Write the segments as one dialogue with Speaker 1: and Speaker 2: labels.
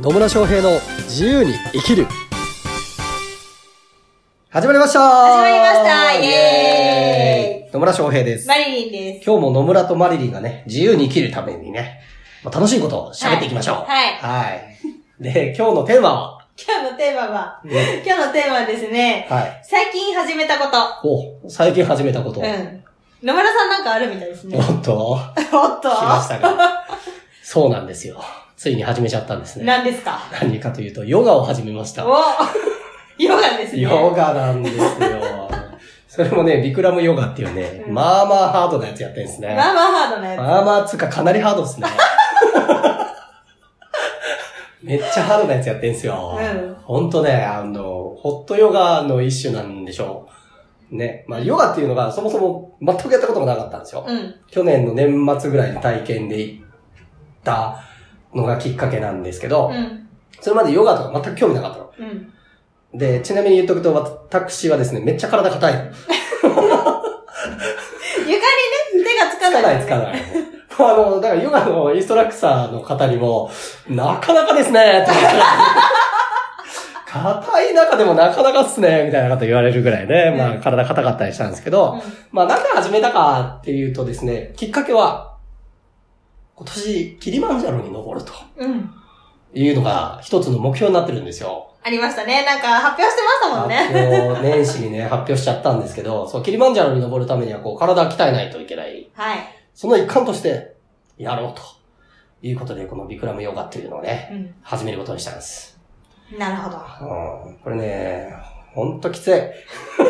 Speaker 1: 野村翔平の自由に生きる始まりました
Speaker 2: 始まりましたイエ
Speaker 1: ーイ野村翔平です。
Speaker 2: マリリンです。
Speaker 1: 今日も野村とマリリンがね、自由に生きるためにね、まあ、楽しいことを喋っていきましょう。
Speaker 2: はい
Speaker 1: はい。で、今日のテーマは、
Speaker 2: 今日のテーマは、
Speaker 1: ね
Speaker 2: 今日のテーマはですね、
Speaker 1: はい。
Speaker 2: 最近始めたこと。
Speaker 1: お、最近始めたこと。
Speaker 2: うん。野村さんなんかあるみたいですね。
Speaker 1: おっと、
Speaker 2: おっと
Speaker 1: 来ましたが。そうなんですよ。ついに始めちゃったんですね。
Speaker 2: 何ですか
Speaker 1: 何かというと、ヨガを始めました。
Speaker 2: おヨガですね。
Speaker 1: ヨガなんですよ。 それもね、ビクラムヨガっていうね、
Speaker 2: うん
Speaker 1: まあまあハードなやつやってるんですね。
Speaker 2: まあまあハードなやつ。
Speaker 1: まあまあ、つうかかなりハードですね。 めっちゃハードなやつやってんすよ。
Speaker 2: うん
Speaker 1: ほんとね、あの、ホットヨガの一種なんでしょう。ね。まあ、ヨガっていうのがそもそも全くやったことがなかったんですよ。
Speaker 2: うん。
Speaker 1: 去年の年末ぐらいに体験で行ったのがきっかけなんですけど、
Speaker 2: うん。
Speaker 1: それまでヨガとか全く興味なかったの。
Speaker 2: うん。
Speaker 1: で、ちなみに言っとくと、私はですね、めっちゃ体硬い。
Speaker 2: 床にね、手がつか
Speaker 1: つ
Speaker 2: な
Speaker 1: か
Speaker 2: い。
Speaker 1: ない、つかない。もうあの、だからヨガのインストラクターの方にも、なかなかですね、って言われて硬い中でもなかなかっすね、みたいなこと言われるぐらいね、まあ体硬かったりしたんですけど、まあなんで始めたかっていうとですね、きっかけは、今年キリマンジャロに登ると
Speaker 2: うん。うん。
Speaker 1: いうのが一つの目標になってるんですよ。
Speaker 2: ありましたね。なんか発表してましたもんね。
Speaker 1: 発表、年始にね、発表しちゃったんですけど、そう、キリマンジャロに登るためにはこう体鍛えないといけない
Speaker 2: はい。
Speaker 1: その一環として、やろうと。いうことで、このビクラムヨガっていうのをね、
Speaker 2: うん。
Speaker 1: 始めることにしたんです。
Speaker 2: なるほど。
Speaker 1: うん、これね、ほんときつい。 も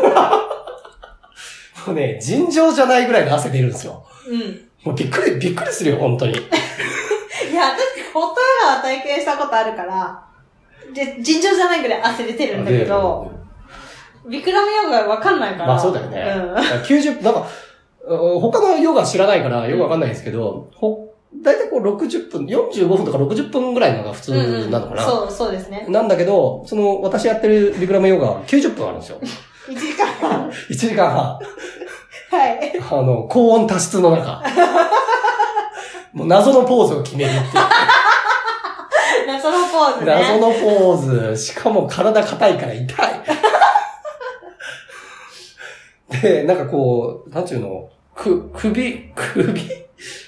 Speaker 1: うね、尋常じゃないぐらいの汗出るんですよ。
Speaker 2: うん。
Speaker 1: もうびっくり、びっくりするよ、本当に。
Speaker 2: いや、私、ホットヨガは体験したことあるから、で、尋常じゃないぐらい汗出てるんだけど、ビクラムヨガわかんないから。
Speaker 1: まあそうだよね。90、なんか、うん他のヨガ知らないからよくわかんないんですけど、ほ、だいたいこう60分、45分とか60分ぐらいのが普
Speaker 2: うん。うんう
Speaker 1: 通
Speaker 2: ん
Speaker 1: なのかな。
Speaker 2: そう、そうですね。
Speaker 1: なんだけど、その、私やってるビクラムヨガは90分あるんですよ。
Speaker 2: 1時間半。
Speaker 1: 1時間半。
Speaker 2: はい。
Speaker 1: あの、高温多湿の中。 もう謎のポーズを決めるっていう。
Speaker 2: 謎のポーズね。
Speaker 1: 謎のポーズ。しかも体硬いから痛 い。で、なんかこう、なんちゅうの、く、首、首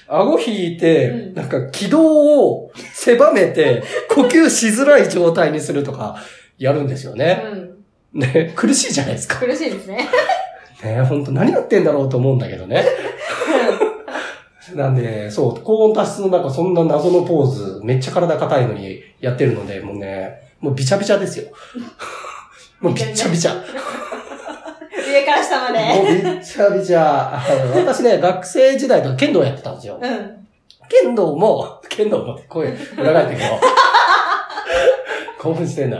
Speaker 1: 顎引いて、
Speaker 2: うん
Speaker 1: なんか軌道を狭めて、呼吸しづらい状態にするとか、やるんですよね。
Speaker 2: うん。
Speaker 1: ね、苦しいじゃないですか。
Speaker 2: 苦しいですね。
Speaker 1: ね、本当何やってんだろうと思うんだけどね。なんで、そう、高温多湿の中、そんな謎のポーズ、めっちゃ体硬いのにやってるので、もうね、もうびちゃびちゃですよ。 もうびっちゃびちゃ。 も
Speaker 2: 上から下まで。
Speaker 1: うびっちゃびちゃ。あの私ね、学生時代とか剣道やってたんですよ。
Speaker 2: うん。
Speaker 1: 剣道も、剣道もって声裏返ってけど。 興奮してんだ。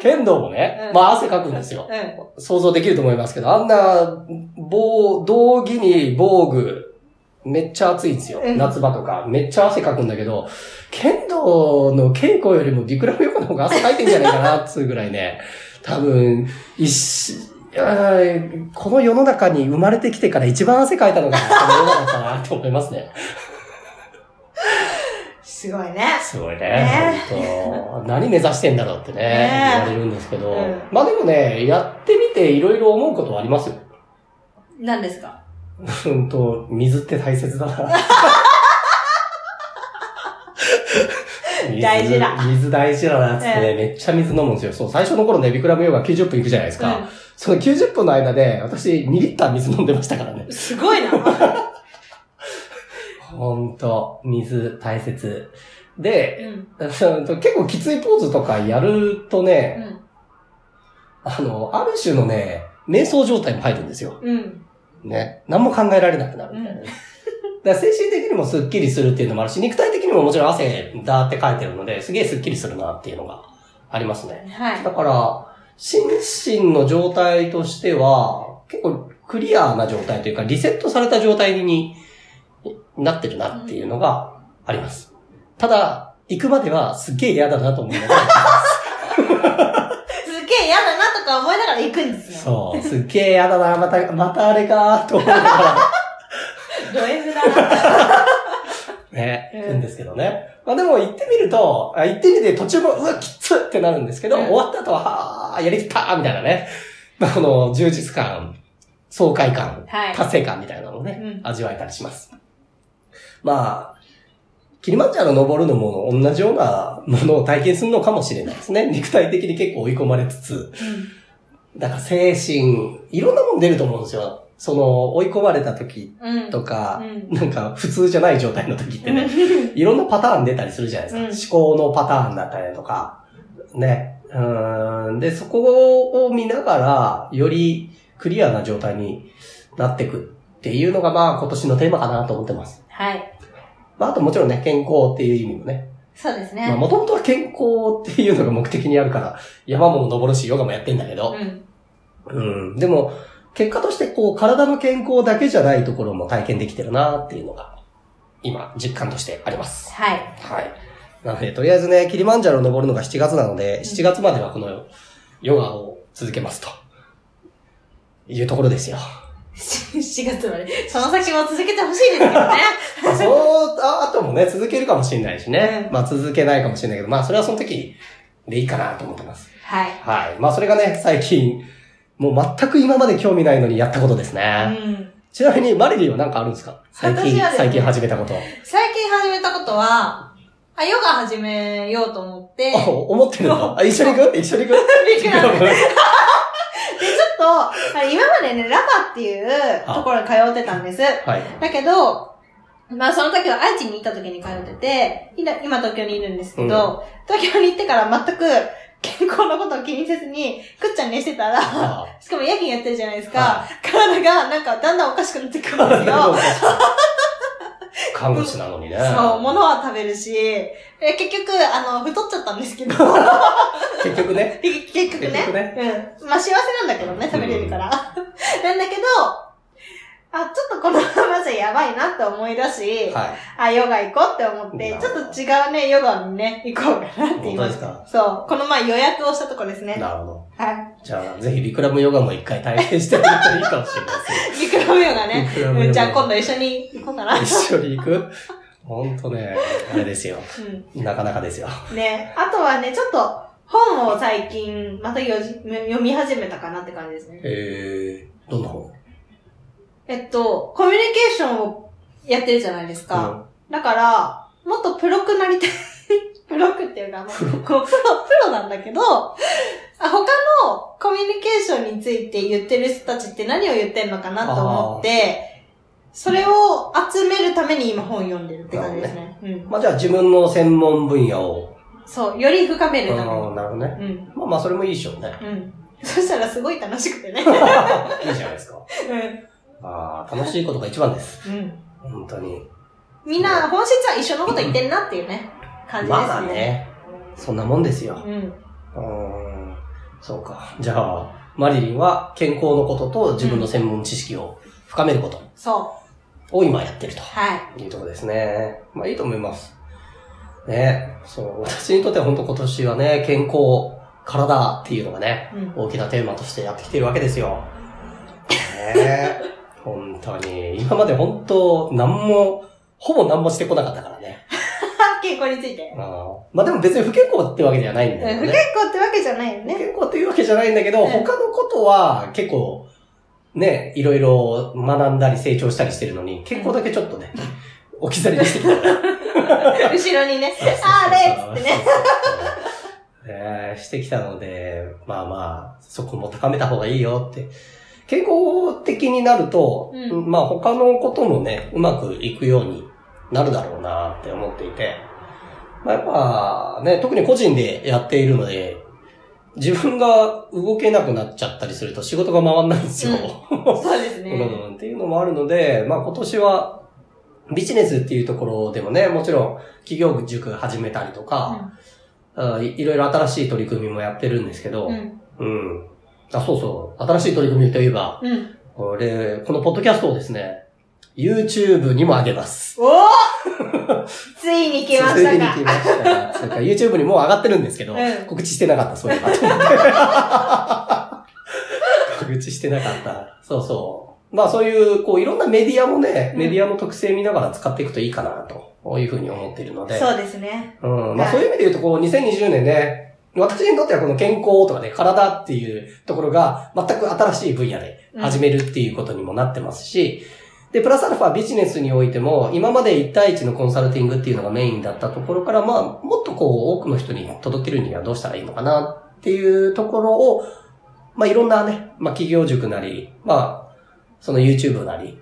Speaker 1: 剣道もね
Speaker 2: う、ん
Speaker 1: まあ汗かくんですよ。
Speaker 2: うん。
Speaker 1: 想像できると思いますけど、あんな、棒、道着に防具、めっちゃ暑いんですよ
Speaker 2: う。ん
Speaker 1: 夏場とか。めっちゃ汗かくんだけど、剣道の稽古よりもビクラムヨガの方が汗かいてんじゃないかな、つうぐらいね。 多分、一し、いやーこの世の中に生まれてきてから一番汗かいたのが、この世の中だな、と思います ね。
Speaker 2: すごいね。
Speaker 1: すごいね
Speaker 2: ね。
Speaker 1: 本当何目指してんだろうってね、
Speaker 2: ね
Speaker 1: 言われるんですけど。
Speaker 2: うん
Speaker 1: まあでもね、やってみていろいろ思うことはありますよ。
Speaker 2: 何ですか
Speaker 1: うんと、水って大切だな。水
Speaker 2: 大事だ
Speaker 1: 水大事だなっつってね、
Speaker 2: う
Speaker 1: めっちゃ水飲むんですよ。そう、最初の頃ね、ビクラムヨガ90分行くじゃないですか。
Speaker 2: う
Speaker 1: その90分の間で、私2リッター水飲んでましたからね。
Speaker 2: ん。すごいな。う
Speaker 1: ほんと、水大切。で、
Speaker 2: ん。
Speaker 1: うんと結構きついポーズとかやるとね、あの、ある種のね、瞑想状態も入るんですよ。
Speaker 2: うん。うん。
Speaker 1: ね。何も考えられなくなるみたいなね。 だから精神的にもスッキリするっていうのもあるし、肉体的にももちろん汗だーって書いてるので、すげえスッキリするなっていうのがありますね。
Speaker 2: はい。
Speaker 1: だから、心身の状態としては、結構クリアな状態というか、リセットされた状態になってるなっていうのがあります。ただ、行くまではすっげえ嫌だなと思うので、
Speaker 2: すっげえ嫌だなとか思いながら行くんですよ。
Speaker 1: そう、すっげえ嫌だな、また、またあれかーと思いながら、
Speaker 2: ド S だな。
Speaker 1: ねね、
Speaker 2: うん
Speaker 1: 行くんですけどね。まあでも行ってみると、あ行ってみて途中も、うわ、きつってなるんですけど、
Speaker 2: うん
Speaker 1: 終わった後は、はあ、やりきったみたいなね。まあこの充実感、爽快感、
Speaker 2: はい。
Speaker 1: 達成感みたいなのをね、
Speaker 2: うん
Speaker 1: 味わえたりします。まあ、キリマンジャロ登るのも同じようなものを体験するのかもしれないですね。肉体的に結構追い込まれつつ。だから精神、いろんなもん出ると思うんですよ。その、追い込まれた時
Speaker 2: うん。うん。
Speaker 1: とか
Speaker 2: う、ん。
Speaker 1: なんか普通じゃない状態の時ってね、いろんなパターン出たりするじゃないですか。思考のパターンだったりとか、ね。うーん。で、そこを見ながら、よりクリアな状態になってくっていうのが、まあ今年のテーマかなと思ってます。
Speaker 2: はい。
Speaker 1: まああともちろんね、健康っていう意味もね。
Speaker 2: そうです
Speaker 1: まあ
Speaker 2: ね。
Speaker 1: もともとは健康っていうのが目的にあるから、山も登るし、ヨガもやってんだけど、
Speaker 2: うん。
Speaker 1: うん。でも、結果としてこう、体の健康だけじゃないところも体験できてるなっていうのが、今、実感としてあります。
Speaker 2: はい。
Speaker 1: はい。なので、とりあえずね、キリマンジャロ登るのが7月なので、7月まではこのヨガを続けますと。いうところ ですよ。
Speaker 2: 7月まで。その先も続けてほしいですけどね。
Speaker 1: まあ、その後もね、続けるかもしれないしね。まあ、続けないかもしれないけど、まあ、それはその時でいいかなと思ってます。
Speaker 2: はい。
Speaker 1: はい。まあ、それがね、最近、もう全く今まで興味ないのにやったことですね。
Speaker 2: うん。
Speaker 1: ちなみに、マリリーは何かあるんですか最近、
Speaker 2: 私はですね
Speaker 1: 最近始めた こと。
Speaker 2: 最近始めたことは、あ、ヨガ始めようと思って、
Speaker 1: あ、思ってるんだ。あ、一緒に行く一緒に行く
Speaker 2: びっくりなんでちょっと、あれ今までね、ラバっていうところに通ってたんです。
Speaker 1: はい。
Speaker 2: だけど、まあその時は愛知にいた時に通ってて、今今東京にいるんですけど、東京に行ってから全く健康のことを気にせずに、くっちゃん寝してたら、
Speaker 1: あ
Speaker 2: しかも夜勤やってるじゃないですか、
Speaker 1: は
Speaker 2: 体がなんかだんだんおかしくなってくるんですよ。
Speaker 1: あ看護師なのにね。
Speaker 2: そう、物は食べるし、え結局、あの、太っちゃったんで すけど、
Speaker 1: 結局ね。
Speaker 2: 結結局ね。
Speaker 1: 結局ね
Speaker 2: うん。まあ、幸せなんだけどね、食べれるから。 なんだけど、あ、ちょっとこのままじゃやばいなって思い出し、
Speaker 1: は
Speaker 2: あ、ヨガ行こうって思って
Speaker 1: な、る
Speaker 2: ち
Speaker 1: ほど
Speaker 2: ょっと違うね、ヨガにね、行こうかなって言いました。
Speaker 1: 本当
Speaker 2: そう。この前予約をしたとこです
Speaker 1: い。
Speaker 2: ね。
Speaker 1: なるほど。
Speaker 2: はい。
Speaker 1: じゃあ、ぜひ、リクラムヨガも一回体験してみるといいかもしれないです
Speaker 2: ビクラムヨガね。
Speaker 1: ビクラムヨガ
Speaker 2: うんじゃあ今度一緒に行こうかな。
Speaker 1: よ。一緒に行くほんとね、あれですよ。
Speaker 2: う
Speaker 1: なかなかですよ。
Speaker 2: ん。ね。あとはね、ちょっと本を最近、また読じ読み始めたかなって感じですね。
Speaker 1: えー、どんな本
Speaker 2: えっと、コミュニケーションをやってるじゃないですか。だから、もっとプロくなりたい。 プロくっていうか、もう、こうプロ、プロなんだけど、あ他のコミュニケーションについて言ってる人たちって何を言ってんのかなと思って、それを集めるために今本読んでるって感じですね。う
Speaker 1: うん
Speaker 2: ん。
Speaker 1: まあじゃあ、自分の専門分野を。
Speaker 2: そう、より深め
Speaker 1: あ
Speaker 2: るために
Speaker 1: ーなるほどね。。
Speaker 2: うん。
Speaker 1: まあまあ、それもいいでしょ うね。
Speaker 2: うん。そしたらすごい楽し くてね。
Speaker 1: いいじゃないですか。
Speaker 2: う
Speaker 1: ああ、楽しいことが一番です。
Speaker 2: ん。うん。
Speaker 1: 本当に。
Speaker 2: みんな本質は一緒のこと言ってんなっていうね、感じですね。
Speaker 1: まあね、そんなもんですよ。
Speaker 2: うん。
Speaker 1: うーん。そうか。じゃあ、マリリンは健康のことと自分の専門知識を深めること
Speaker 2: そう。
Speaker 1: を今やってると
Speaker 2: はい。
Speaker 1: いうところですね。まあいいと思います。ね。そう。私にとっては本当今年はね、健康、体っていうのがね、
Speaker 2: うん。
Speaker 1: 大きなテーマとしてやってきてるわけですよ。ねえ。本当に。今まで本当、何も、ほぼ何もしてこなかったからね。
Speaker 2: 健康について。
Speaker 1: あのまあでも別に不健康ってわけじゃないんだ
Speaker 2: う
Speaker 1: よ
Speaker 2: ん不健
Speaker 1: ね。
Speaker 2: 康ってわけじゃないよ
Speaker 1: 不
Speaker 2: ね。
Speaker 1: 健康っていうわけじゃないんだけど、
Speaker 2: うん
Speaker 1: 他のことは結構、ね、いろいろ学んだり成長したりしてるのに、健康だけちょっとね、置き去りにしてきたから。
Speaker 2: 後ろにね、あーれっつってね。
Speaker 1: えーしてきたので、まあまあ、そこも高めた方がいいよって。健康的になると、
Speaker 2: うん
Speaker 1: まあ他のこともね、うまくいくようになるだろうなって思っていて、まあやっぱね、特に個人でやっているので、自分が動けなくなっちゃったりすると仕事が回んないんですよ。
Speaker 2: そうです
Speaker 1: う
Speaker 2: ね。
Speaker 1: ん、っていうのもあるので、まあ今年はビジネスっていうところでもね、もちろん企業塾始めたりとか、あいいろいろ新しい取り組みもやってるんですけど、
Speaker 2: う
Speaker 1: うん。
Speaker 2: ん。
Speaker 1: あ、そうそう。新しい取り組みといえば、
Speaker 2: うん。
Speaker 1: これ、このポッドキャストをですね、YouTube にも上げます。
Speaker 2: おーついに来ま
Speaker 1: つい
Speaker 2: し
Speaker 1: に
Speaker 2: た
Speaker 1: 来
Speaker 2: か。
Speaker 1: ました。それから YouTube にもう上がってるんですけど、
Speaker 2: うん
Speaker 1: 告知してなかった、 そういえば。告知してなかった。そうそう。まあそういう、こういろんなメディアもね、
Speaker 2: うん
Speaker 1: メディアの特性見ながら使っていくといいかなとこういうふうに思っているので。
Speaker 2: そうですね。
Speaker 1: うん。まあ
Speaker 2: はい
Speaker 1: そういう意味で言うと、こう、2020年ね、私にとってはこの健康とかね、体っていうところが全く新しい分野で
Speaker 2: うん
Speaker 1: 始めるっていうことにもなってますし、で、プラスアルファビジネスにおいても、今まで1対1のコンサルティングっていうのがメインだったところから、まあ、もっとこう、多くの人に届けるにはどうしたらいいのかなっていうところを、まあいろんなね、まあ企業塾なり、まあ、その YouTube なり、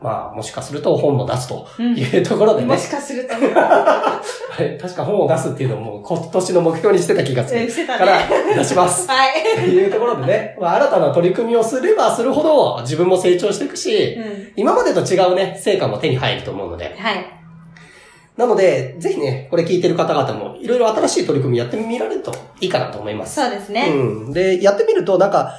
Speaker 1: まあもしかすると本も出すと
Speaker 2: うん
Speaker 1: いうところでね、
Speaker 2: もしかすると、
Speaker 1: あれ確か本を出すっていうのをもう今年の目標にしてた気がす
Speaker 2: うん
Speaker 1: る。
Speaker 2: してた
Speaker 1: か
Speaker 2: ね。
Speaker 1: ら出します。
Speaker 2: はい。
Speaker 1: っていうところで ね、まあ、新たな取り組みをすればするほど自分も成長していくし、
Speaker 2: うん。
Speaker 1: 今までと違うね、成果も手に入ると思うので。
Speaker 2: はい。
Speaker 1: なので、ぜひね、これ聞いてる方々もいろいろ新しい取り組みやってみられるといいかなと思います。
Speaker 2: そうですね。
Speaker 1: うん。で、やってみるとなんか、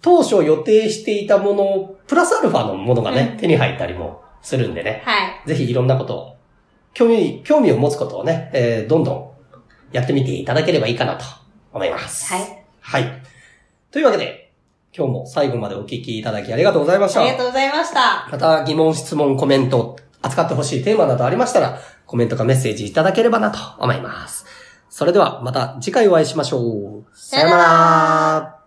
Speaker 1: 当初予定していたもの、プラスアルファのものがね、
Speaker 2: うん
Speaker 1: 手に入ったりもするんでね。
Speaker 2: はい。
Speaker 1: ぜひいろんなことを、興味、興味を持つことをね、えーどんどんやってみていただければいいかなと思います。
Speaker 2: はい。
Speaker 1: はい。というわけで、今日も最後までお聞きいただきありがとうございました
Speaker 2: あり。がとうございました。
Speaker 1: また疑問、質問、コメント、扱ってほしいテーマなどありましたら、コメントかメッセージいただければなと思います。それではまた次回お会いしましょう。
Speaker 2: さよなら